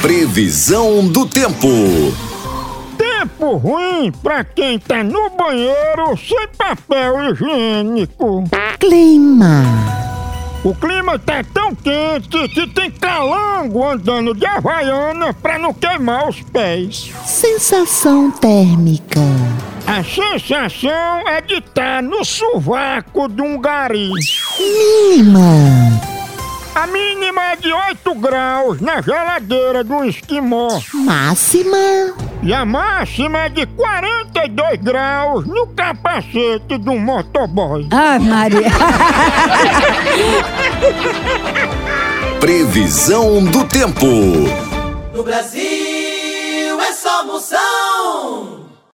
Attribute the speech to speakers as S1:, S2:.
S1: Previsão do tempo.
S2: Tempo ruim pra quem tá no banheiro sem papel higiênico.
S3: Clima.
S2: O clima tá tão quente que tem calango andando de havaiana pra não queimar os pés.
S3: Sensação térmica.
S2: A sensação é de estar no sovaco de um gari.
S3: Mínima.
S2: A mínima é de 8 graus na geladeira do esquimó.
S3: Máxima.
S2: E a máxima é de 42 graus no capacete do motoboy.
S4: Ah, Maria.
S1: Previsão do tempo.
S5: No Brasil é só moção.